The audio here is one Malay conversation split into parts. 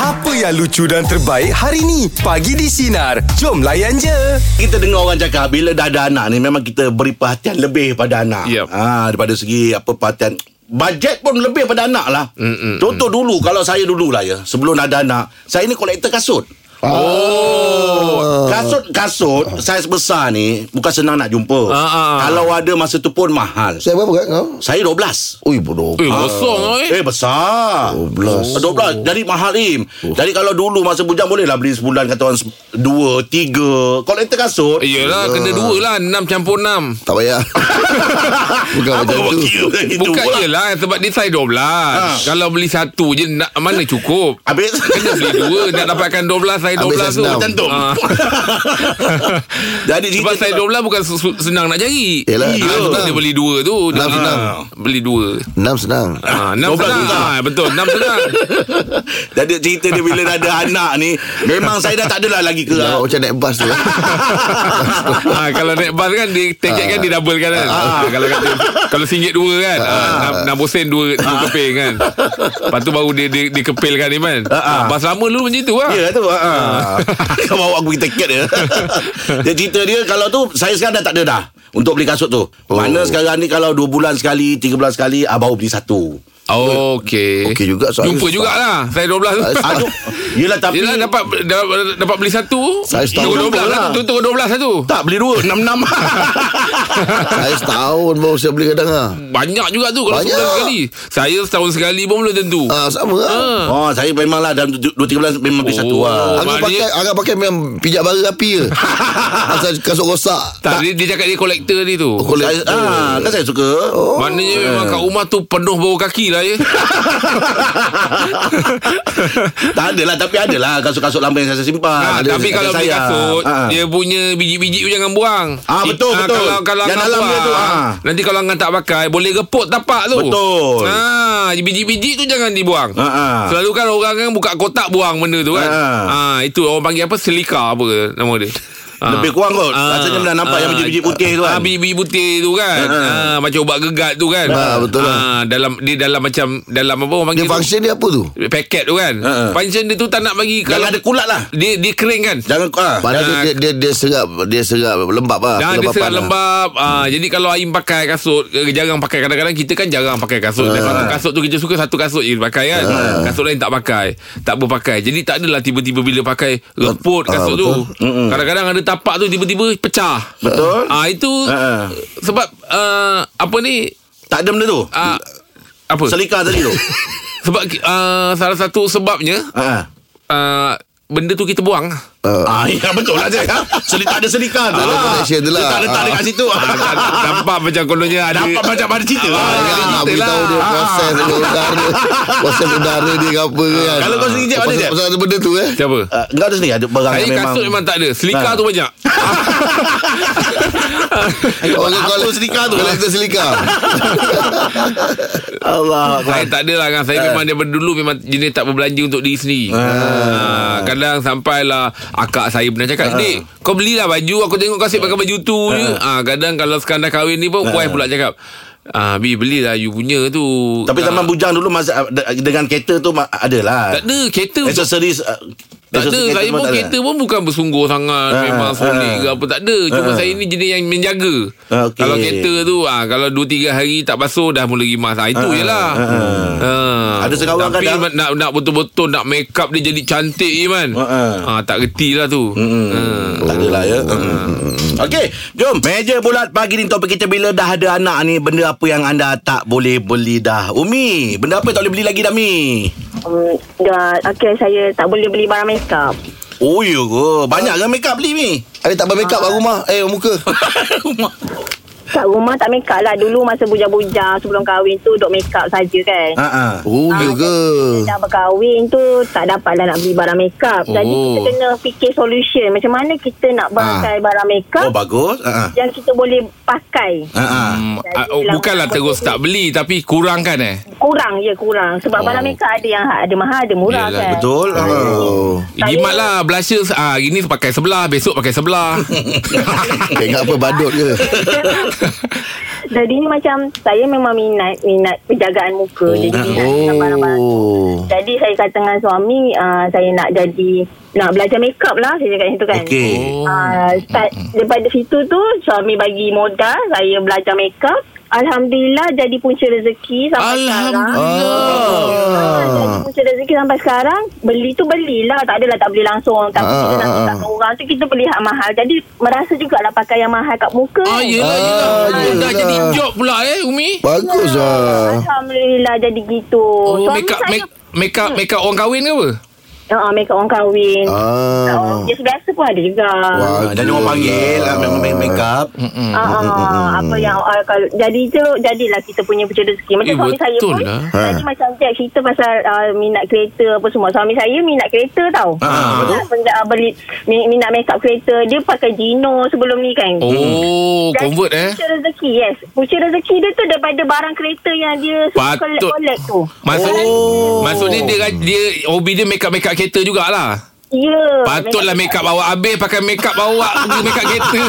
Apa yang lucu dan terbaik hari ni? Pagi di Sinar. Jom layan je. Kita dengar orang cakap bila dah ada anak ni memang kita beri perhatian lebih pada anak. Yep. Ha daripada segi apa perhatian Bajet pun lebih pada anak lah Mm-mm. Contoh dulu Kalau saya dulu lah ya Sebelum ada anak Saya ni kolektor kasut Ah. Oh Kasut-kasut Saiz besar ni Bukan senang nak jumpa Ah, ah, ah. Kalau ada masa tu pun mahal Saya berapa kat kau? Saya 12 Ui bodoh Eh, kosong lah Eh eh. besar 12. 12 Jadi mahal im oh. Jadi kalau dulu masa bujang Boleh lah beli sebulan Kata orang 2, 3 Kolektor kasut Iyalah, kena dua lah. Enam campur enam. Tak payah Bukan Apa macam kau tu kira macam itu Bukan pula? je lah Sebab dia size 12 Ha. Kalau beli satu je nak, Mana cukup Habis Kena beli dua Nak dapatkan 12 Size Habis 12 tu senang. Macam tu Ah. Jadi cerita Sebab size 12 bukan su- su- senang nak cari Yelah, Ah, enam sebab senang. Dia beli dua tu dia, Enam ah, senang. Beli dua Enam senang Ah, enam 12 senang senang. Ah, Betul enam senang Jadi cerita dia bila dah ada anak ni Memang saya dah tak adalah lagi ke Ya. Nampak macam naik bas tu ha, Kalau naik bas kan Dia tiket kan Dia double kan, kan? Ah, Kalau kata Kalau singgit dua kan ah, enam, enam bosen dua, dua keping kan Lepas tu baru dia, dia, dia kepil kan Iman Ah, ah. ah, Bas lama dulu macam tu lah Ya tu ha. Kau bawa aku pergi tiket dia Dia cerita dia Kalau tu Saya sekarang dah tak ada dah Untuk beli kasut tu oh. Mana sekarang ni Kalau 2 bulan sekali 3 bulan sekali ah, Baru beli satu Okey. Okey juga, soalnya Jumpa susah. jugalah. Saya 12 tu. Ah, Aduh Yelah tapi Yelah dapat da- dapat beli satu. Saya setahun. Tukar 12 lah. Tu tukar 12 satu. Tak beli dua Enam enam Saya setahun baru saya beli kadang lah Banyak juga tu kalau Banyak. sebulan sekali. Saya setahun sekali pun belum tentu. Ah, sama lah Oh saya memang lah Dalam 2-3 bulan Memang beli Oh. satu lah Angkat maknanya- pakai Angkat pakai memang Pijak bara api je Pasal kasut rosak Tak, Dia, dia cakap dia kolektor dia tu. Saya, ah, kan saya suka Oh. Maknanya memang kat rumah tu penuh bau kaki lah ya. Tak adalah Tapi adalah Kasut-kasut lama yang saya simpan ha, Ada- tapi ada kalau beli Ah, saya. kasut, Ah. dia punya biji-biji tu jangan buang. Ah, betul, Ah, betul. Kalau, kalau Yang Angah dalam dia buang, tu, ah. Nanti kalau Angah tak pakai, boleh repot tapak tu. Betul. Ha, biji-biji tu jangan dibuang. Ah, ah. Selalu kan orang kan buka kotak buang benda tu kan. Ah. Ha, itu orang panggil apa? Selika apa ke nama dia. Ah. Lebih kurang kot Rasanya dah nampak yang biji-biji putih tu kan Ah, biji-biji putih tu kan. Ha, ha. Ah, macam ubat gegat tu kan. Ah, betul lah. Ah, dalam dia dalam macam dalam apa orang Dia panggil tu? function dia apa tu paket tu kan. Ha, ha. Function dia tu tak nak bagi Jangan ada kulat lah dia dia kering kan. Jangan ah. Padahal dia, dia, dia, dia serap Dia serap lembab lah Dah dia kelembapan serap lah. lembab ah, Jadi kalau Aim pakai kasut eh, Jarang pakai Kadang-kadang kita kan jarang pakai Ah. kasut Dan satu kasut tu kita suka Satu kasut je pakai kan Kasut lain tak pakai Tak berpakai Jadi tak adalah tiba-tiba Bila pakai reput Ah, kasut tu betul. Kadang-kadang ada tapak tu Tiba-tiba pecah Betul Ah Itu Ah. Sebab ah, Apa ni Tak ada benda tu ah, Apa Selika tadi tu Sebab ah, Salah satu sebabnya ah. ah, Benda tu kita buang ah, ya betul lah je Selika ada selika tu Tak Ah, ada connection tu lah. Dia tak letak Ah. dekat situ Nampak macam kononnya ada Dapat macam mana cerita lah. Ah, Kita nak lah. beritahu dia Ah. proses dia udara Proses udara dia ke apa ke kan Kalau kau sendiri, Jeb, ada, Pasal- Jeb? Pasal ada benda tu eh Macam apa? Ah, Engkau ada sendiri ada barang Saya yang memang kasut memang tak ada Selika Ah. tu banyak Orang Apa kau- selika Ah, tu? Kolektor selika Allah Saya tak ada lah kan Saya memang daripada dulu Memang jenis tak berbelanja Untuk diri sendiri Ah, Kadang sampailah Akak saya pernah cakap Dik kau belilah baju Aku tengok kau asyik pakai baju tu je Ah, Kadang kalau sekarang dah kahwin ni pun Wife pula cakap Ah, Bi belilah you punya tu Tapi zaman Ah, bujang dulu masa de- Dengan kereta tu ma- Adalah Tak ada kereta untuk Accessories ah, Tak ada accessories Saya pun pun tak ada. kereta pun Bukan bersungguh sangat Ah, Memang solid ah. ke apa Tak ada Cuma Ah. saya ni jenis yang menjaga Ah, okey. Kalau kereta tu ah, Kalau 2-3 hari tak basuh Dah mula rimas ah, Itu je lah Ah. Ada sekarang Tapi kadang- nak, nak, nak betul-betul Nak make up dia jadi cantik je man Ah, ah. Ah, Tak reti lah tu Ah. Hmm. Tak adalah ya Okey Jom Meja bulat pagi ni Topik kita bila dah ada anak ni Benda apa yang anda tak boleh beli dah Umi Benda apa yang tak boleh beli lagi dah Mi Um, dah, okay, saya tak boleh beli barang makeup. Oh ya ke Banyak ke make up beli Mi Ada tak bermakeup kat rumah Eh muka Kat rumah tak makeup lah. Dulu masa bujang-bujang sebelum kahwin tu duk makeup saja kan. Ha ah. Oh Ah, juga Dah berkahwin tu tak dapatlah nak beli barang makeup. Jadi Oh. kita kena fikir solution. Macam mana kita nak pakai barang makeup Oh bagus Ha ah. yang kita boleh pakai. Ha ah. Hmm, ah, oh, Bukanlah terus tak beli Tapi kurangkan eh Kurang je kurang. Sebab Oh. barang makeup ada yang ha- ada mahal, ada murah Yelah, kan. Betul Ha. Oh Jimat lah Blusher ah, Hari ni pakai sebelah Besok pakai sebelah Ingat apa badut ke Jadinya macam saya memang minat minat penjagaan muka. Jadi minat barang-barang Oh. Jadi saya kata dengan suami uh, saya nak jadi nak belajar makeup lah saya cakap macam tu kan. Okey. Oh. Uh, start daripada situ tu suami bagi modal saya belajar makeup. Alhamdulillah jadi punca rezeki sampai sekarang. Ah, jadi punca rezeki sampai sekarang beli tu belilah tak adalah tak beli langsung tapi Ah, kita ah, nak ah. tukar orang tu kita beli hak mahal. Jadi merasa jugalah pakai yang mahal kat muka. Ah, yelah, Ah, yelah. Dah yelah. jadi job pula eh, Umi. Bagus lah. Ya, Alhamdulillah jadi gitu. Oh, Suami make up, saya- Hmm. make, make up, make up orang kahwin ke apa? Hmm. Uh, make up orang kahwin. Uh, Ah. yes, biasa pun ada juga. Ah, Wah. Hmm, Dan orang panggil ah, Memang make make up Uh, apa yang uh, kalau jadi tu jadilah kita punya puja rezeki. Macam Eh, suami saya betul pun lah. tadi Ha. macam Jack cerita pasal uh, minat kereta apa semua. Suami saya minat kereta tau. Ah, minat, benda, uh, beli mi- minat make up kereta. Dia pakai Gino sebelum ni kan. Oh, Jadi convert eh. Punca rezeki, yes. Punca rezeki dia tu daripada barang kereta yang dia suka Patut. collect-collect tu. Maksudnya, Oh. oh. maksudnya dia, dia hobi dia make up make up kereta jugalah. Ya. Patutlah make up awak habis pakai make up awak pergi make up kereta.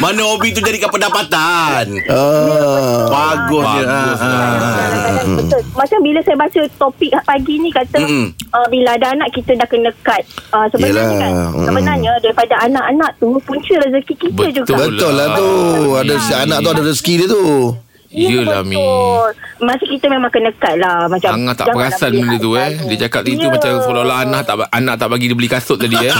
Mana hobi tu jadikan pendapatan Ah. Bagus je Bagus Ah, Ah, ah, ah. kadang-kadang betul. Macam bila saya baca topik pagi ni kata Mm-mm. uh, bila ada anak kita dah kena cut. Uh, sebenarnya Yelah, kan. mm-mm. Sebenarnya daripada anak-anak tu punca rezeki kita Betul. juga. Betul lah tu. Ada si anak tu ada rezeki dia tu. Ya, Yelah Mi. betul. Masa kita memang kena cut lah macam Angah tak janganlah perasan beli benda tu eh. hal-hal Dia cakap tadi tu Ya. macam seolah-olah anak tak anak tak bagi dia beli kasut tadi eh.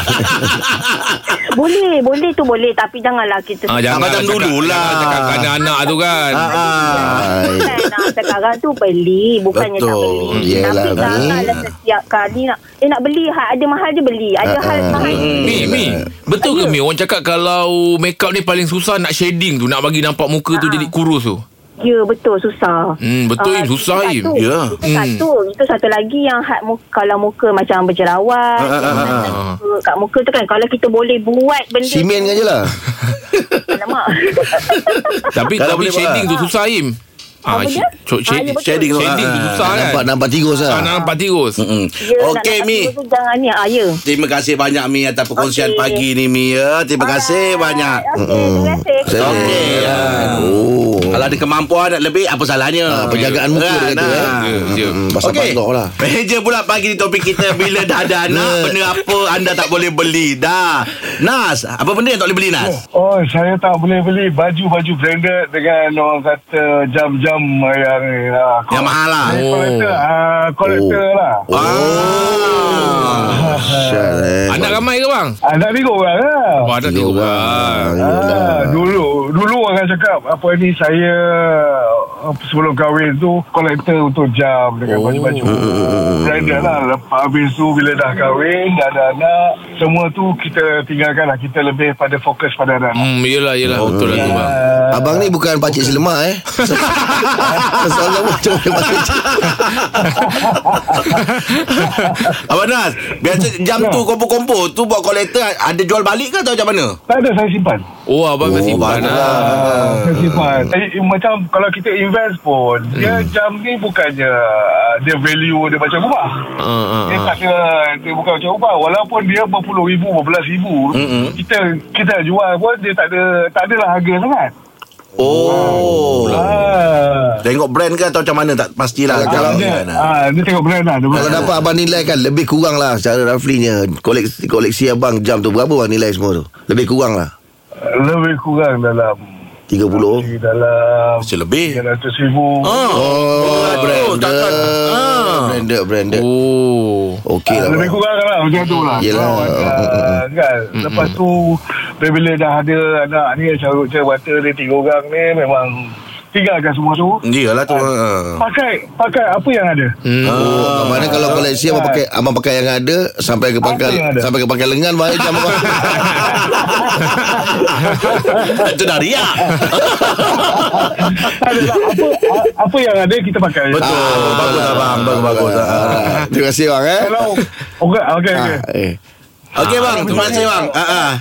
Boleh, boleh tu boleh tapi janganlah kita Ah jangan macam dululah. Cakap kerana anak tu kan. Ah, ah. Hai. Kan, ah, sekarang tu beli Bukannya tak Betul. beli Yelah, Tapi Mi. janganlah setiap kali nak Eh nak beli hal- Ada mahal je beli Ada hal Ah, mahal je beli. Hmm. Mi, Mi, betul ke Mi orang cakap kalau make up ni paling susah nak shading tu, nak bagi nampak Ah. muka tu jadi kurus tu. Ya betul susah Hmm, betul, Im. Ah, Susah, Im. itu satu. Ya. Itu satu Itu satu lagi yang hak muka, Kalau muka macam berjerawat Ah, ah, ah, macam muka- Kat muka tu kan Kalau kita boleh buat benda Simen kan je lah. Alamak Tapi Kalau tapi boleh shading tu buat. susah Im. ah. Apa Ah, dia? sh- Ah, ya, sh- shading betul. Shading tu shading tu ah, susah kan. Nampak nampak tikus Tak lah. nak nampak tirus. Mm. Ya, nak Okey dapat Mi tidur tu Jangan ni ah, Ya Terima kasih banyak Mi atas Okey. perkongsian pagi ni Mi ya. Terima kasih banyak. Ah, Okey terima kasih Okey. ya. Oh. Kalau ada kemampuan nak lebih apa salahnya? Ah, penjagaan muka dia kata, eh. Ya, ya. Hmm, Pasal okay. Okey. pangkok lah. Meja pula pagi ni topik kita bila dah ada anak, benda apa anda tak boleh beli dah. Nas, apa benda yang tak boleh beli Nas? Oh, saya tak boleh beli baju-baju branded dengan orang kata jam-jam yang uh, Yang mahal lah. Oh. Oh. Kolektor, uh, kolektor Oh. lah. Ah. Oh. Syat eh. Anak ramai ke bang? Anak tiga orang lah. Wah, ada tiga orang. Ah, dulu dulu orang cakap apa ni saya apa, sebelum kahwin tu kolektor untuk jam dengan baju-baju branded lah lepas habis tu bila dah kahwin dah ada anak semua tu kita tinggalkan lah kita lebih pada fokus pada anak Ah, Hmm, yelah, yelah. Betul lah tu bang. Abang ni bukan pakcik selemak eh. Soalan macam mana pakcik Abang Nas, biasa jam Ya. tu kompo-kompo tu buat kolektor ada jual balik ke atau macam mana? tak ada saya simpan Oh, abang kasi simpan lah. saya Ah. simpan saya, eh, Ah. macam kalau kita invest pun dia Hmm. jam ni bukannya ah, dia value dia macam rumah Ah, ah, Dia ah. tak kira Dia bukan macam rumah Walaupun dia berpuluh ribu Berbelas ribu Hmm. Kita kita jual pun Dia tak ada Tak adalah harga sangat Oh. ah. Tengok brand ke atau macam mana tak pastilah. Kalau- Dia, Kalau kan, ah, dia tengok brand lah dia Kalau brand. dapat abang nilai kan Lebih kurang lah Secara roughly-nya koleksi, koleksi abang jam tu Berapa abang nilai semua tu Lebih kurang lah Lebih kurang dalam 30 di Dalam Masih lebih. 300 ribu Ah. Oh Branded. Branded Branded Branded Oh. Okey lah Lebih abang. kurang lah Macam tu lah Yelah. Kalau ada, kan? Lepas tu Bila, bila dah ada anak ni Carut cerwata dia Tiga orang ni Memang Tinggalkan semua tu Mm. Iyalah tu. ah. Pakai Pakai apa yang ada Oh, kat mana kalau koleksi abang Ah. pakai abang pakai yang ada sampai ke pakai yang ada? sampai ke pakai lengan baik jam abang. Itu dah riak. Tak adalah lah, apa a- apa yang ada kita pakai. Ah, Betul. Bagus abang, bagus bagus. ah. Ah, Terima kasih bang eh. Kalau okey okey okey. Ah, eh. Okey bang, terima kasih bang. Ha ah.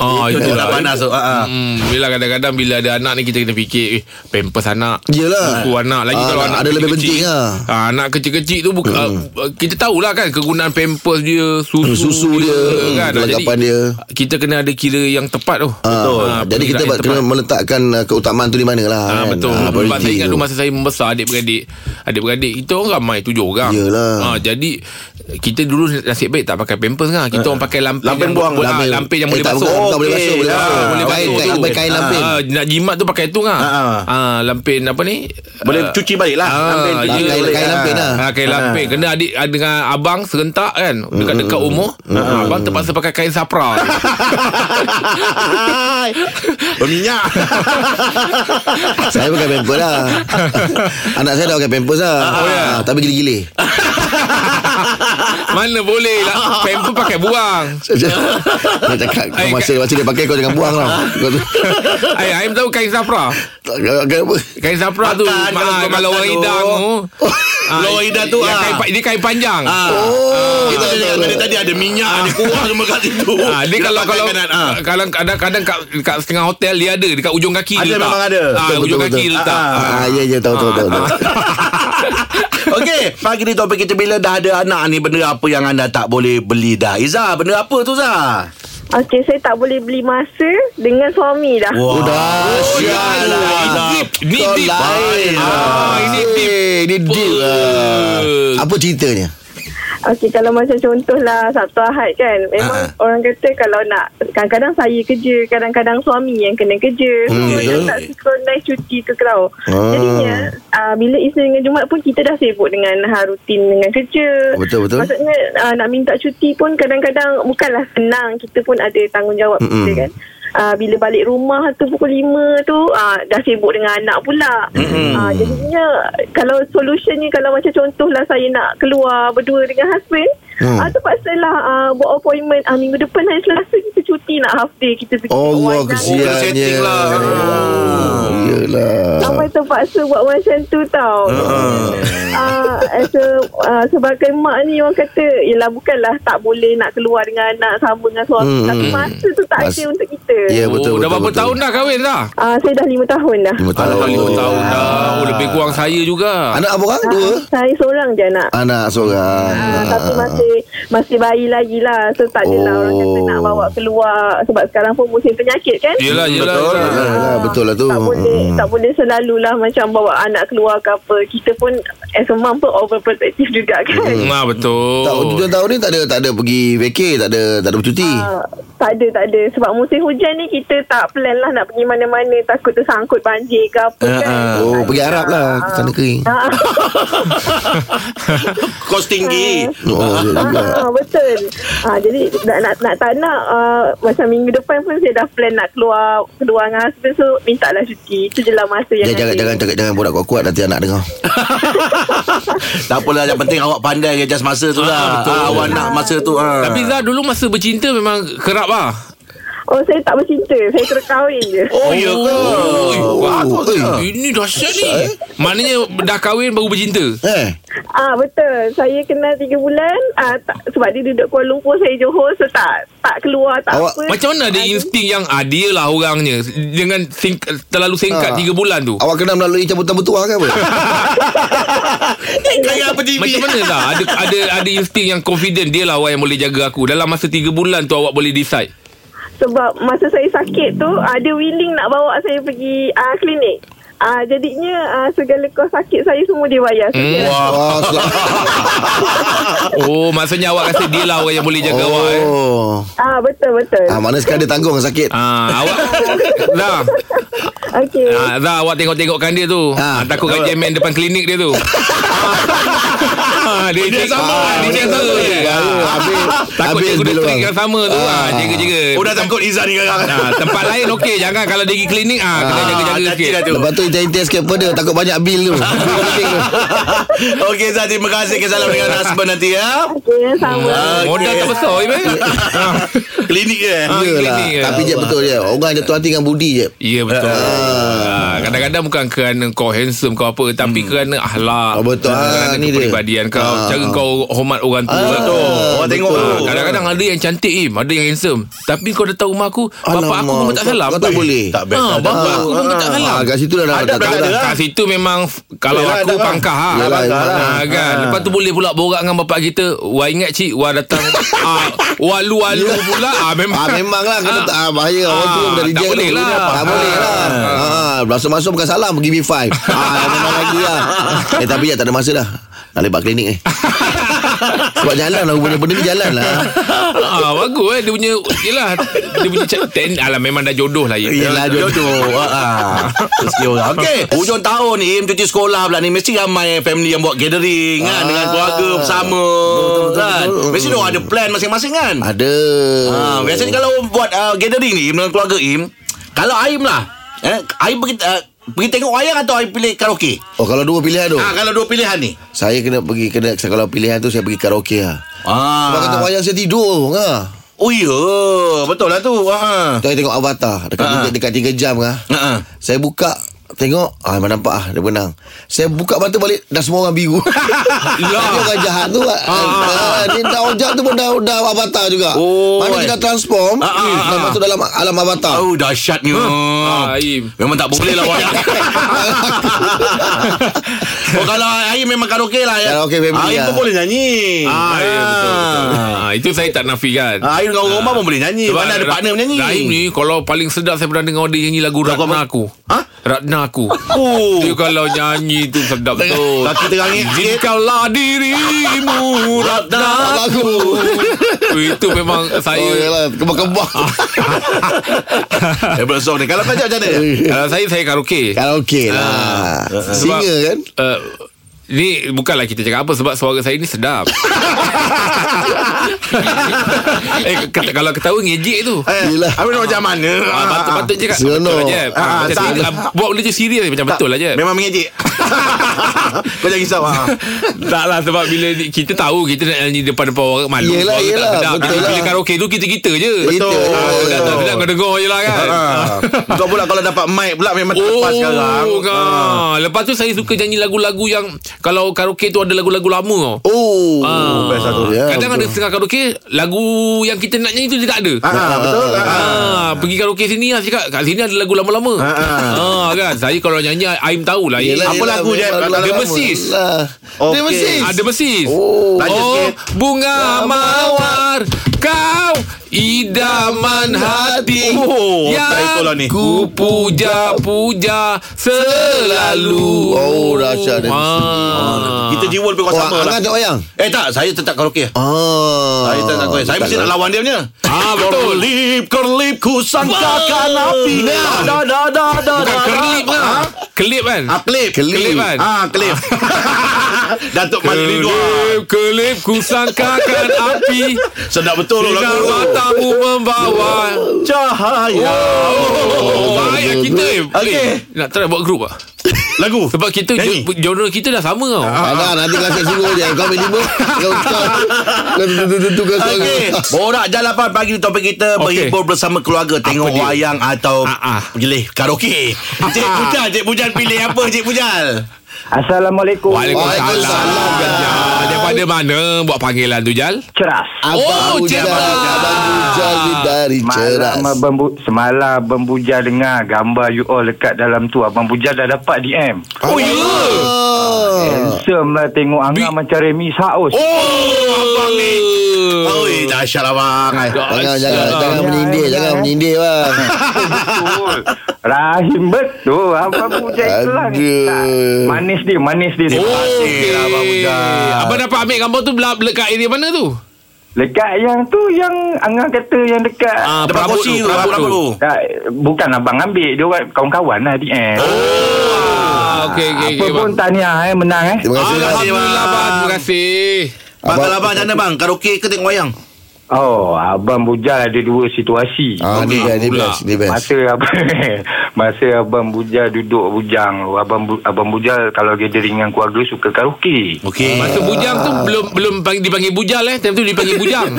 Ah, Cucuk itulah. dah panas tu. Ha, ha. Hmm, bila kadang-kadang bila ada anak ni kita kena fikir eh pampers anak. Yelah. Buku anak Ah, lagi kalau anak ada lebih penting kecil-kecil, Hmm. lah. ah, anak kecil-kecil tu bukan ah, kita tahulah kan kegunaan pampers dia, susu, Susu dia, hmm, Ah, kelengkapan dia. Kita kena ada kira yang tepat tu. Betul. Ah, Jadi kita perkiraan yang kena meletakkan uh, keutamaan tu di mana lah. Ah, kan? betul. Ah, Ah, Sebab priority saya ingat tu. dulu masa saya membesar adik-beradik. Adik-beradik kita orang ramai tujuh orang. Yelah. Ah, jadi kita dulu nasib baik tak pakai pampers kan. Kita orang pakai lampin. Lampin yang buang, boleh- Ah, ah, lampin. lampin yang Eh, boleh tak, basuh. bukan, tak boleh Okey. basuh, Eh, boleh Ah, basuh. boleh Kain, basuh kain, tu. pakai kain lampin. Ah, nak jimat tu pakai tu kan. Ah. Ah, lampin apa ni? Boleh Ah, cuci balik lah. Lampin Ah, cuci ya, kain- balik. kain Ah. lampin lah. Ha, kain lampin Kena adik ah, dengan abang serentak kan Mm, Dekat-dekat umur Ah, Abang terpaksa pakai kain sapra Berminyak. Saya pakai pampers lah. Anak saya dah pakai pampers lah. ya? Ah, Tapi gili-gili. Mana boleh lah Pamper pakai buang Dia cakap kau Eh, masa, masa dia pakai kau jangan buang lah. Kau tu. Ay, Aim tahu kain sapra Tak, kau- kau apa? Kain sapra tu Makan, kalau ah, suka makan Kalau orang tu. hidang tu ah, Orang hidang tu, yang ah. kain, pa- Dia kain panjang Ah. Oh. Kita dah cakap tadi tadi ada minyak, ada kuah semua kat situ. Ah, dia Kita kalau pakai kalau kanan, ah. kalau kadang-kadang kat, kat setengah hotel dia ada dekat ujung kaki Ada, dia letak. memang ada. Ah, Betul, ujung betul, kaki betul. dia letak. Ah, ya, ya, tahu, tahu, tahu. tahu. Ah. Okey, pagi ni topik kita bila dah ada anak ni benda apa yang anda tak boleh beli dah? Iza, benda apa tu Za? Okey, saya tak boleh beli masa dengan suami dah. Wah. Oh, lah, dahsyatlah. Deep, ni Kau deep. lain Ah, lah. ini deep. Eh, Ini deep lah. Eh, Apa ceritanya? Okey, kalau macam contohlah Sabtu Ahad kan. Memang Ha. orang kata kalau nak, kadang-kadang saya kerja, kadang-kadang suami yang kena kerja. So, Hmm, macam betul. tak synchronize cuti tu kalau. Ah. Jadinya, uh, bila Isnin dengan Jumaat pun kita dah sibuk dengan ha, rutin dengan kerja. Betul, betul. Maksudnya uh, nak minta cuti pun kadang-kadang bukanlah senang. Kita pun ada tanggungjawab mm-hmm. kita kan. Uh, bila balik rumah tu pukul 5 tu uh, dah sibuk dengan anak pula. Mm-hmm. Uh, jadinya kalau solutionnya kalau macam contohlah saya nak keluar berdua dengan husband hmm. Hmm. uh, terpaksalah uh, buat appointment uh, minggu depan hari Selasa kita cuti nak half day kita pergi Oh, berwayang. Allah kena setting kesiannya. lah. Ah. Oh, Yelah. Sampai terpaksa buat macam tu tau Ah. uh, as a, uh, Sebagai mak ni orang kata Yelah bukanlah tak boleh nak keluar dengan anak Sama dengan suami Hmm, hmm, Tapi hmm. masa tu tak Mas- ada untuk kita Ya, yeah. betul. Oh, dah betul, berapa betul. tahun dah kahwin dah? uh, Saya dah lima tahun dah Lima tahun. Alhamdulillah lima tahun dah. Oh, lebih kurang saya juga. Anak apa orang? Dua? Ah, Saya seorang je anak Anak seorang. Ah, tapi masih masih bayi lagi lah So tak adalah orang kata nak Oh. bawa keluar Sebab sekarang pun musim penyakit kan Ah, Yelah, yelah. Betul. lah. yelah. Yelah, yelah, betul lah tu. Tak boleh Mm. Tak boleh selalulah Macam bawa anak keluar ke apa Kita pun As a mom pun Overprotective juga kan Hmm, ah, betul. Tak, tujuan tahun ni tak ada tak ada pergi vacay, tak ada tak ada bercuti. Ah, tak ada, tak ada. Sebab musim hujan ni kita tak plan lah nak pergi mana-mana. Takut tersangkut banjir ke apa kan. Oh, pergi Arab lah, ke sana kering. Ah, Kos tinggi. Oh, ya juga. ah, betul. Ah, jadi nak, nak, nak tak nak ah, macam minggu depan pun saya dah plan nak keluar keluar dengan husband so minta lah cuti. Itu je lah masa yang Ya, jangan jangan cakap jangan borak kuat-kuat nanti anak dengar. tak apalah yang penting awak pandai adjust masa tu lah. Ah, awak nak masa tu. Ah. Tapi Zah dulu masa bercinta memang kerap lah. Oh, saya tak bercinta. Saya terus kahwin je. Oh, ya ke? Oh, Bagus eh. ke? Ini dahsyat ni. Maknanya dah kahwin baru bercinta. Eh, Ah betul. Saya kenal 3 bulan ah tak, sebab dia duduk Kuala Lumpur, saya Johor so tak tak keluar tak Awak- apa. Macam mana ada Ah, insting yang ah, dia lah orangnya dengan sing, terlalu Ah. singkat 3 bulan tu. awak kena melalui cabutan bertuah ke apa? Kayak apa TV? Macam mana lah ada ada ada insting yang confident dia lah orang yang boleh jaga aku. Dalam masa 3 bulan tu awak boleh decide. Sebab masa saya sakit tu uh, Dia willing nak bawa saya pergi uh, klinik uh, Jadinya uh, segala kos sakit saya semua dia bayar so, dia, Wah, selamat. Oh, maksudnya awak rasa dia lah orang yang boleh jaga awak eh. Oh. uh, Betul-betul Ah, mana sekarang dia tanggung sakit. Ah, awak Dah Okey ah, Dah awak tengok-tengokkan dia tu Ah. ah, Takut kat jemen depan klinik dia tu ah, Dia dia sama Dia dia jaga sama. Ah, habis- Takut habis dia guna belum. trik yang sama tu ah, Jaga-jaga Oh, dah takut Iza ni ah, sekarang. Tempat lain okey Jangan kalau dia pergi klinik ah, Kena Ah, jaga-jaga hati-hati sikit dah tu. Lepas tu intai-intai sikit pada Takut banyak bil tu Ah. Okey, Iza. Terima kasih. Kesalam dengan husband nanti ya. Okey sama Ah, Modal okey. tak besar Ibe Klinik eh. je. Ah, Yelah klinik ke? Tapi je betul je Orang jatuh hati dengan budi je Ya betul ah. Kadang-kadang bukan kerana kau handsome kau apa Tapi kerana ahlak Hmm. Oh, betul. Ah, Kerana ni dia. kepribadian kau Ah. Cara kau hormat orang tua tu Oh. Orang tengok Ah, Kadang-kadang ada yang cantik Im Ada yang handsome Tapi kau datang rumah aku Bapak aku pun tak salam Kau tak boleh Tak best. lah. Ah, tak ada. bapak aku pun tak salam. lah. Ah, Kat situ dah dah- Ada dah tak berada. ada Kat situ memang f- Kalau Yelah, aku dah, bang. pangkah ha. Yelah, ha, yelah. kan Ha. Lepas tu boleh pula borak dengan bapak kita Wah ingat cik Wah datang ah, Walu-walu pula ah, Memang Ah memang lah kena Ah. tak ah, bahaya orang Ah, tu dah tak reject boleh tu. lah. Tak boleh lah. Ah masuk-masuk bukan salam give me five. Ah memang lagi lah. Eh tapi ya tak ada masa dah. Nak lebat klinik ni. Sebab jalan lah benda-benda ni jalan lah. ah, Bagus eh Dia punya Yelah Dia punya cak ten, Alah memang dah jodoh lah Im. Yelah jodoh Ah, ah. Rezeki orang Okey Hujung tahun ni Im cuti sekolah pula ni Mesti ramai family yang buat gathering kan Dengan keluarga bersama kan Mesti dia orang ada plan masing-masing kan Ada. Oh. Ah, biasanya kalau buat uh, gathering ni dengan keluarga Im, kalau Aim lah, eh, Aim pergi, uh, pergi tengok wayang atau Aim pilih karaoke? Oh kalau dua pilihan tu. Ah, kalau dua pilihan ni. Saya kena pergi kena kalau pilihan tu saya pergi karaoke lah. Sebab kata Ah. wayang saya tidur ha. Oh ya, betul lah tu. Ha. Saya tengok Avatar dekat Ah. tiga, dekat 3 jam ah. Ah. Saya buka Tengok ah, Memang nampak ah, Dia menang Saya buka mata balik Dah semua orang biru Ya. Dia orang jahat tu ah, ah, Dia dah orang jahat tu pun Dah, dah avatar juga Oh, Mana eh. kita transform Ah, ah, Dah ah. masuk dalam alam avatar Oh dahsyatnya Ah, Aim. Memang tak boleh lah wayang Oh kalau Aim memang karaoke lah ya. Karaoke Aim family lah. pun boleh nyanyi Ah, ya, betul, betul. Ah, Itu saya tak nafikan Ah, Aim dengan orang rumah pun boleh nyanyi Eh, Mana ada Ra- partner menyanyi Rahim ni Kalau paling sedap Saya pernah dengar Dia nyanyi lagu Lagu Ratna apa? aku Ha? Ratna aku Oh. Dia kalau nyanyi tu Sedap tu Kaki terangin sikit. Izinkanlah dirimu Ratna aku Itu memang Saya Oh ya lah. yalah Kebah-kebah Ah. Hebat song ni Kalau kau macam mana Kalau Eh, saya Saya karaoke Karaoke Ah. lah Singa kan uh, Ni bukanlah kita cakap apa Sebab suara saya ni sedap Eh kata, kalau ketawa ngejek tu Eh, Yelah. Habis nak macam mana Ah, patut, patut je kat Seronok. Betul lah je Ah, ah, macam tak. serius, ah, Buat benda tu serius Macam betul lah je Memang mengejek Kau jangan risau ha. tak lah sebab bila ni- kita tahu kita nak nyanyi depan-depan orang malu Yelah, orang yelah, tak sedap. betul Bila- lah. Bila karaoke tu kita-kita je. Betul. Ha, Ah, kalau tak sedap kau dengar je lah kan. Kau pula kalau dapat mic pula Memang tak Oh, lepas sekarang Ah. ha. kan. Lepas tu saya suka nyanyi lagu-lagu yang kalau karaoke tu ada lagu-lagu lama tau. Oh Ah. best lah tu. Ya, Kadang betul. Ha, ada setengah karaoke Lagu yang kita nak nyanyi tu dia tak ada Ah, ah, Betul Ah, ah. pergi karaoke sini lah cakap kat sini ada lagu lama-lama. Ha kan saya kalau nyanyi Aim tahu lah. Yelah, Apa yelah, lagu je? memang Ada lama. Mesis. Lah. Okey. Dia mesis Ada mesis. Oh. Lanjut oh sikit. bunga mawar kau idaman hati Oh, tak ikut lah ni. yang ku puja-puja selalu. Oh, dahsyat dia. Ah. Kita jiwa lebih kurang Oh, sama Angah lah tengok wayang Eh tak Saya tetap karaoke Ah. Saya tak takut Saya mesti nak lawan dia punya Ah, betul. Kerlip Kerlip Ku sangkakan api Da da da da Bukan da kelip Ha? kan? Kelip kan? Ah, klip Kelip kan? lah. Ah, klip Datuk Malik Ridwan Kelip, kelip, ku sangkakan api Sedap betul loh Sinar lagu tu. matamu membawa Cahaya Oh, baik lah kita eh. Okey. Eh, Nak try buat grup ah. Lagu Sebab kita Nyanyi. jo- genre kita dah sama tau. Ada nanti kalau saya suruh je Kau ambil lima Kau kau Kau tutup-tutupkan suara Okey, borak jalapan pagi ni topik kita Okey. berhibur bersama keluarga tengok dia? wayang atau Ah, ah. pilih karaoke. Cik Pujal, Cik Pujal pilih apa Cik Pujal? Assalamualaikum. Waalaikumsalam. Waalaikumsalam, Jal. Daripada mana buat panggilan tu Jal? Ceras. Ah. Oh, Abang Ujal Ceras. Abang Ujal ni dari ceras Malam Abang Bu, semalam Abang Buja dengar gambar you all dekat dalam tu. Abang Buja dah dapat DM. Oh, ya. Handsome lah tengok Angah Bi- macam Remy Saos. Oh, Oh, abang ni. Oh, dahsyat abang. Eh, Jangan, jangan, jangan menyindir Jangan menyindir bang betul. Rahim betul. Abang Buja itulah. Aduh. Manis dia, manis dia. Terima Oh. kasih lah abang Eh, Pujal. Abang dapat ambil gambar tu belak dekat area mana tu? Dekat yang tu yang Angah kata yang dekat. Ah, Depan perabot kursi tu, tu, perabot rambut tu. tu. Tak, bukan abang ambil Dia orang kawan-kawan lah DM oh, Ah, okey okey Apa okey. pun bang. tahniah eh Menang eh Terima kasih Ah, bang kasih, Alhamdulillah bang. bang. Terima kasih. Bang, Abang- kalau abang macam mana bang? Karaoke ke tengok wayang? Oh, Abang Bujal ada dua situasi. Ah, ni Okey, best, ni pula. best, ni best. Masa abang masa abang Bujal duduk bujang, tu, abang Bu- abang Bujal kalau gathering dengan keluarga suka karaoke. Okey. Masa bujang tu belum belum pang- dipanggil bujal eh. Time tu dipanggil bujang.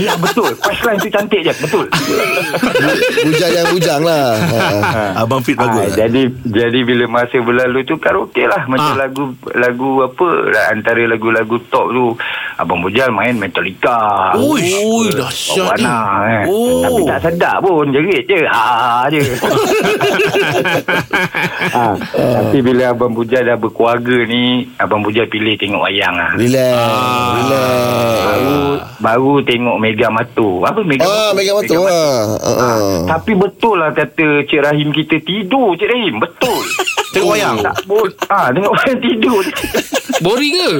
Ya betul. Punchline tu cantik je, betul. Bujang yang bujang lah. Ha, ha. Abang fit Ah, bagus. jadi jadi bila masa berlalu tu karaoke lah macam lagu lagu apa lah, antara lagu-lagu top tu abang Bujal main Metallica. Uish. Ui, dahsyat Bawana, ni. eh. Oh. oh. Tapi tak sedap pun Jerit je Haa je ha. Tapi bila Abang Bujal dah berkeluarga ni Abang Bujal pilih tengok wayang lah Relax. Ah. Relax. Baru baru tengok Mega Matu Apa Mega Ah, Mega Matu lah. Ah, ah. Tapi betul lah kata Cik Rahim kita tidur Cik Rahim Betul Oh, Tengok wayang. Tak boleh ha, Tengok wayang tidur Boring ke?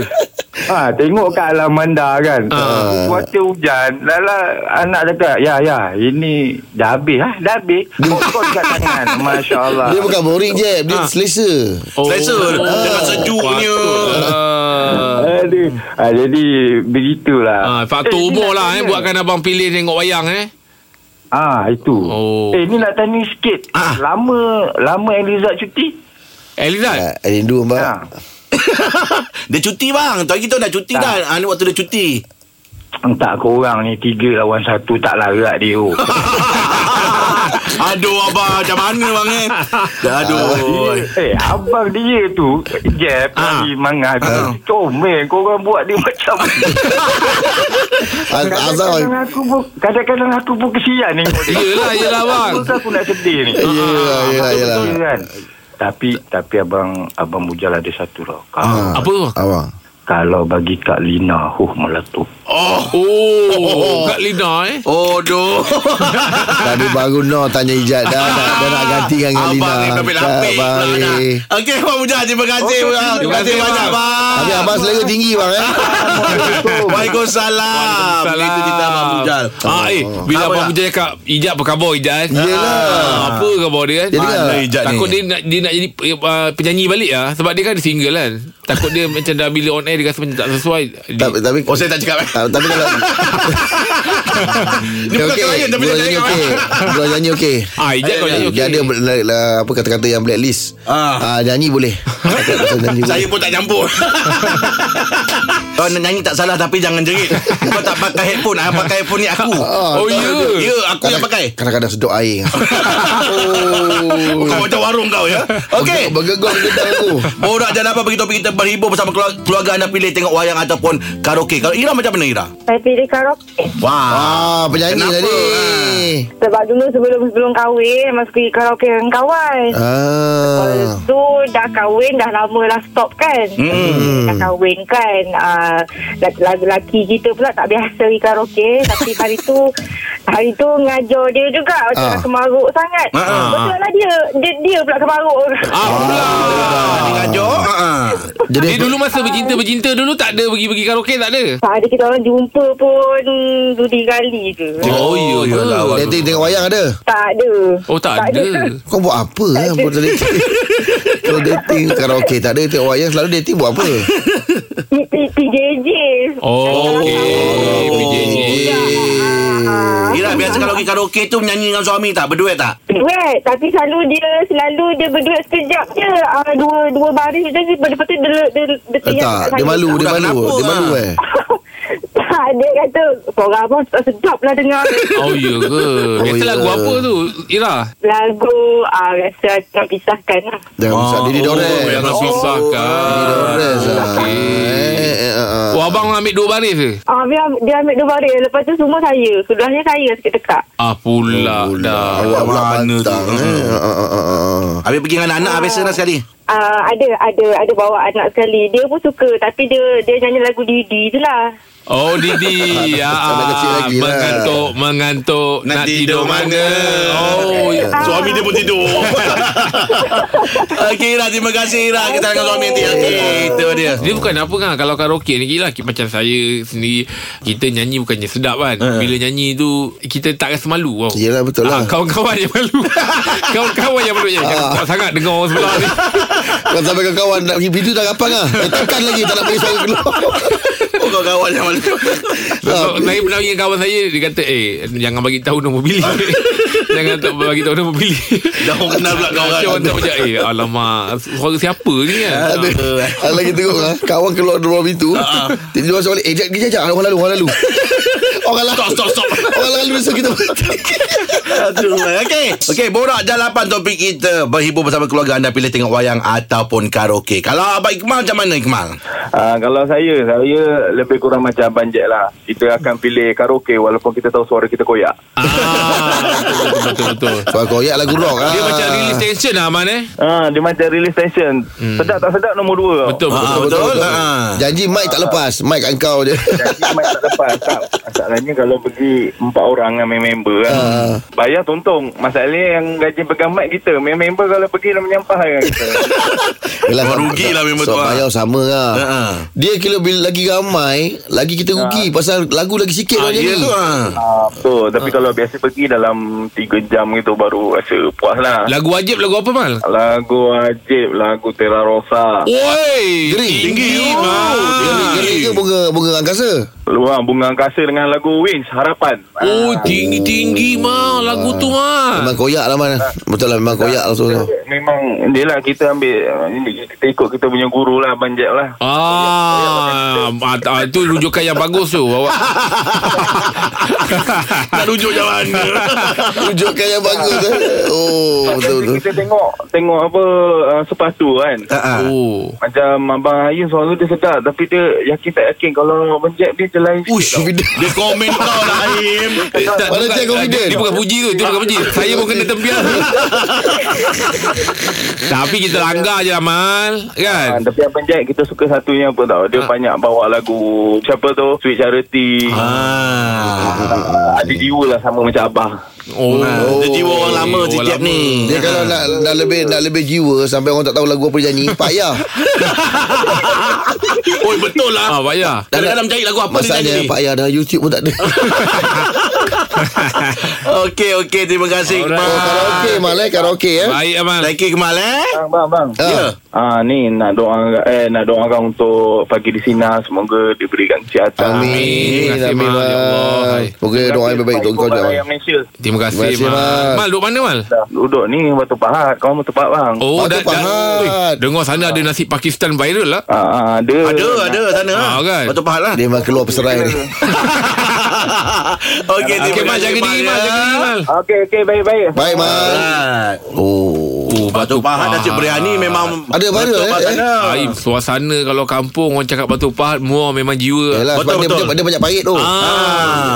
Ha, tengok kat Alamanda kan. Uh. Cuaca hujan. Lala anak cakap, ya, ya, ini dah habis. Ha? Dah habis. Popcorn kat tangan. Masya Allah. Dia bukan boring je. Dia Ah. selesa. Oh. Selesa Dengan sejuknya Uh, Aduh. Ha, jadi, begitulah. Ah, faktor ni nak umur lah eh tanya. buatkan abang pilih tengok wayang eh. Ah, itu. Oh. Eh, ni nak tanya sikit. Ah. Lama, lama Elizad cuti? Elizad. Ah, Rindu mbak. Ha. Dia cuti bang Tuan kita dah cuti dah Tak. ha, Ni waktu dia cuti Entah korang ni tiga lawan satu tak larat dia. Oh. Aduh abang Macam mana bang eh Aduh Dia- Eh, abang dia tu Jeb Ah. Tadi mangat Comel Korang buat dia macam Az- Ah. Azal. Kadang-kadang aku pun Kadang-kadang aku pun kesian ni Yelah, yelah, bang. Aku Aku nak sedih ni Ah. Yelah, yelah, yelah. Betul kan? Tapi Tapi abang Abang Mujal ada satu tau Ah. Kalau, Apa tu? Abang. kalau bagi Kak Lina Huh meletup Oh, Kak Lina eh. Oh doh Tadi baru no tanya Ijat dah. Dah, dah nak ganti Abang dengan Lina. ni lapik-lapik Tak, Abang ni. Okey Abang Mujah Terima kasih Okey, bang. Terima terima kasih kasih, banyak bang. bang Tapi abang selera tinggi bang Ah, eh. Waalaikumsalam Itu kita Abang Mujah Ah, eh, bila Apa Abang tak? Mujal cakap Ijat apa khabar Ijat eh? Yelah. Ah, Apa khabar dia kan Jadi kan? Mana Ijat ni? Takut dia nak, dia nak jadi uh, penyanyi balik lah Sebab dia kan ada single kan Takut dia macam dah bila on air Dia rasa macam tak sesuai dia, Tapi, tapi, Oh saya tak cakap eh Ta- tapi kalau Dia bukan klien Tapi dia Dua nyanyi cakap eh. okey Dua nyanyi okey Ah, Ijat kau nyanyi Eh, Dia okey ada ber- la- la- apa kata-kata yang blacklist Ah. ah. Nyanyi boleh Cakap pasal nyanyi Saya boleh pun tak campur Kau nak nyanyi tak salah Tapi jangan jerit Kau tak pakai headphone Yang pakai headphone ni aku Oh, ya Ya aku yang pakai Kadang-kadang sedut air Oh. Kau macam warung kau ya Okey Bergegong gedang aku Borak jangan apa bagi topik kita berhibur bersama keluarga, keluarga anda pilih tengok wayang ataupun karaoke. Kalau Ira macam mana Ira? Saya pilih karaoke Wah. Ah, penyanyi Kenapa, tadi Sebab dulu sebelum sebelum kahwin Mas pergi karaoke dengan kawan ah. Lepas tu dah kahwin dah lama lah stop kan hmm. Dah kahwin kan uh, Lelaki kita pula tak biasa pergi karaoke Tapi hari tu Hari tu ngajar dia juga Macam Ah. nak kemaruk sangat Ah, ah, Betul lah dia dia, dia pula kemaruk Ah, pula Dia ngajuk. Ha ah. Jadi Dia dulu masa bercinta-bercinta dulu Tak ada pergi-pergi karaoke tak ada Tak ada kita orang jumpa pun Dua tiga kali je Oh, ya ke? yalah, awak- Dating tengok wayang ada Tak ada Oh tak ada Kau buat apa eh Buat dating Kalau dating Karaoke tak ada Tengok wayang selalu dating buat apa P- P- PJJ Oh, okey. PJJ. Ah. Ira biasa kalau pergi karaoke tu menyanyi dengan suami tak? Berduet tak? Duet Tapi selalu dia Selalu dia berduet sekejap je uh, Dua dua baris je Lepas tu dia, dia, dia, Eh, tinggal Tak kat Dia saya. malu Dia Budak malu kenapa, Dia malu ah? eh Tak dia kata Korang abang tak sedap lah dengar Oh ya ke Biasa ya. lagu apa tu Ira Lagu uh, Rasa hati nak pisahkan lah Jangan besar Diri Oh dorang yang susahkan Dores lah. Eh, eh, eh, eh. Oh abang ambil dua baris ke uh, dia, dia ambil dua baris Lepas tu semua saya Kedua-duanya saya sekejap-tekak Ah pula dah Awak pula mana tu? Ah, pantang, eh. Eh, eh, eh, eh, eh. Habis pergi dengan anak-anak biasa lah sekali. Uh, ada ada ada bawa anak sekali dia pun suka tapi dia dia nyanyi lagu Didi je lah Oh Didi Sampai ah, kecil lagi lah. Mengantuk Mengantuk Nak, tidur, mana Oh ya. Suami dia pun tidur. Okey Ira, terima kasih Ira. Kita dengan suami nanti. Okey, itu dia. Dia bukan apa kan Kalau karaoke ni Gila macam saya sendiri Kita nyanyi bukannya sedap kan Bila nyanyi tu Kita tak rasa malu wow. Ha. Yelah, betul lah. Ah. ah, Kawan-kawan yang malu Kawan-kawan yang malu Jangan kuat sangat Dengar orang sebelah ni ah. Kau sampai ke kawan Nak pergi pintu dah kapang lah Eh tekan lagi Tak nak bagi suara keluar Ah. Oh, kau kawan yang mana So, saya pernah ingat kawan saya Dia kata Eh jangan bagi tahu nombor bilik Ah. Jangan tak bagi tahu nombor bilik Dah orang kenal pula kau kan. Macam orang tak macam Eh alamak Suara siapa ni kan Ada Ada lagi teruk ha? Kawan keluar dari ruang pintu Ah, Tiba-tiba masuk balik Eh jap jap jap Orang lalu Orang lalu Orang lalu Stop stop stop Orang lalu So kita Aduh, Okey Okey borak jalapan topik kita Berhibur bersama keluarga anda Pilih tengok wayang Ataupun karaoke Kalau Abang Iqmal macam mana Iqmal Ah, kalau saya, saya lebih kurang macam Abang Jack lah. Kita akan pilih karaoke walaupun kita tahu suara kita koyak. Ah, Betul-betul Soal koyak lagu rock Ah. Dia macam release tension lah Man eh Ah, dia macam release tension. Hmm. Sedap tak sedap nombor dua. tau. Betul betul Ah, Betul, betul, betul. Ah. Janji mic tak lepas Mic kat kau je Jadi mic tak lepas tak. Masalahnya kalau pergi Empat orang dengan main member kan Ah. Bayar tuntung Masalahnya yang gaji pegang mic kita Main member kalau pergi Dia menyampah kan kita Yelah, Kau sama- rugi lah memang so, tu, ah. Bayar sama lah Ha. Dia kira bila lagi ramai Lagi kita rugi Pasal lagu lagi sikit Ah, lah orang ya nyanyi. tu ah. ah, Betul Tapi kalau biasa pergi dalam 3 jam gitu Baru rasa puas lah Lagu wajib lagu apa Mal? Lagu wajib Lagu Terra Rosa Oi Gering. Tinggi Ah. Mal Gerik ke bunga, bunga angkasa Luang Bunga Angkasa dengan lagu Wings Harapan Ah, Oh tinggi-tinggi Mal Lagu tu Mal Ah. Memang koyak lah man Betul lah memang koyak lah so, so. Memang Dia lah kita ambil ah, ini, Kita ikut kita punya guru lah Abang Jack lah Ah, ah, ah, itu rujukan yang bagus tu. Awak Tak rujuk jalan Rujukan yang bagus eh. Oh Jadi betul-betul kita tengok Tengok apa uh, Sepatu kan oh. Macam Abang Ayu suara dia sedap Tapi dia yakin tak yakin Kalau menjek dia dia lain Ush confident Dia komen kau lah Aim Tak, Mana bukan- Jack confident? Dia bukan puji tu Dia bukan puji Saya pun kena tempian Tapi kita langgar je lah Mal Ha, Kan tapi Abang Jack kita suka satunya apa tau Ah. Dia banyak bawa lagu Siapa tu Sweet Charity ah. Ada jiwa lah sama macam Abah Oh, Dia jiwa orang lama Orang Cicap lama. ni Dia kalau nak, nak lebih nak lebih jiwa Sampai orang tak tahu lagu apa dia nyanyi Payah Oi betul lah Ah, payah Kadang-kadang mencari lagu apa dia Masanya nyanyi Ah. payah Dalam YouTube pun tak ada Okey okey terima kasih Alright. Iqmal Oh, Karaoke malai karaoke eh Baik Amal Thank you Iqmal eh Bang bang bang Ya Ah ni nak doa eh nak doakan untuk pagi di sini semoga diberikan kesihatan. Amin. Amin Terima kasih, Amin Mal. Ya Allah. Mal Moga doa yang baik-baik Untuk kau Jack. Jack Malaysia. Terima kasih, Terima kasih, Mal. Mal. Mal duduk mana Mal? Dah, Duduk ni Batu Pahat. Kau Batu Pahat bang. Oh Batu dah, dah Pahat. Ui, Dengar sana ada nasi Pakistan viral lah Ah, ah, ada. Ada ada sana Ah, kan? Betul pahal lah Dia memang keluar peserai ni Okey Okay terima Mal kasih ya. jaga diri Mal Jaga diri Mal Ah, Okey okey baik-baik. Baik Mal Alright. Oh Oh Batu Pahat Nasi Biryani memang Ada viral, betul eh, kat eh? sana. Aib suasana kalau kampung Orang cakap Batu Pahat Muar memang jiwa Yalah sebab Betul, dia, betul. banyak- dia banyak parit tu Ah,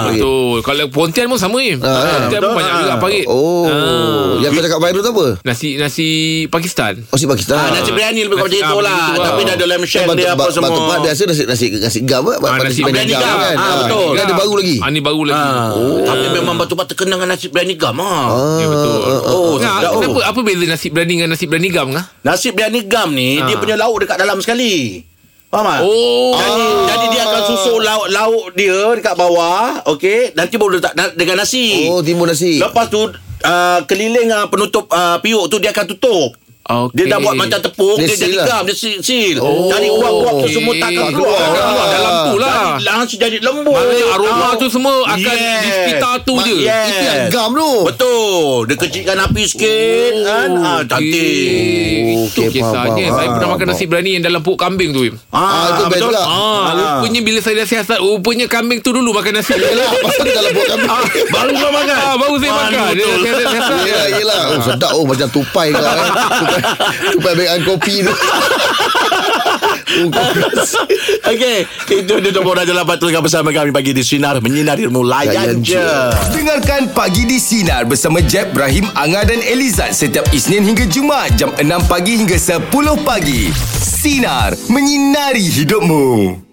Parit. betul. Kalau Pontian pun sama ni. Ah, Pontian pun betul. banyak juga Ah. parit. Oh Ah. Yang kau cakap viral tu apa? Nasi nasi Pakistan. Oh si Pakistan Ah, nasi biryani lebih kepada Nasi- itu ah, lah. begitu lah. Tapi dah ada lamb shank dia apa semua. Batu Pahat biasa nasi nasi nasi gam ah, Ah, nasi nasi biryani biryani gam gam. kan. Ah, Ah, betul. Ini ada baru lagi. Ah, ni baru lagi. Ah, Oh. Tapi memang batu pahat terkenal dengan nasi biryani gam ah. Ya, betul. Oh, Nah, sedap. kenapa apa beza nasi berani dengan nasi berani gam ah? kah? Nasi biryani gam ni dia punya lauk dekat dalam sekali. Faham tak? Ah. Oh. Jadi, jadi dia akan susun lauk-lauk dia dekat bawah, okey, nanti baru letak na- dengan nasi. Oh timun nasi. Lepas tu uh, keliling uh, penutup uh, piuk tu dia akan tutup. Okey. Dia dah buat macam tepung Dia, Dia dia jadi seal lah. gam Dia seal, seal. Oh, Jadi uap-uap tu okey. semua takkan Tak keluar keluar. Takkan keluar Dalam tu lah. Jadi langsung jadi lembut Ah. Maknanya aroma tu semua akan Yes. di sekitar tu Ma- je. yes. Itu yang gam tu. Betul Dia kecilkan api sikit Oh. kan? ah, Cantik Eh, Itu Okey, faham, kisahnya faham, Saya faham, pernah makan faham. nasi berani Yang dalam puuk kambing tu Im. Ah itu best pula. Ah, Rupanya bila saya dah siasat Rupanya kambing tu dulu makan nasi Yalah pasal dia dalam buat kami. Baru kau makan ah, Ya. Baru saya Manu makan Dia betul. dah siasat-siasat Yelah yelah. Oh sedap oh macam tupai kau eh. Tupai, tupai bagian kopi tu. Oh, kau- Okey Itu dia nombor Raja Lapan Tengah bersama kami Pagi di Sinar Menyinari Ilmu Layan Layan je. je Oh, Dengarkan Pagi di Sinar bersama Jeb, Ibrahim, Anga dan Elizad setiap Isnin hingga Jumaat jam 6 pagi hingga 10 pagi. Sinar. Menyinari hidupmu.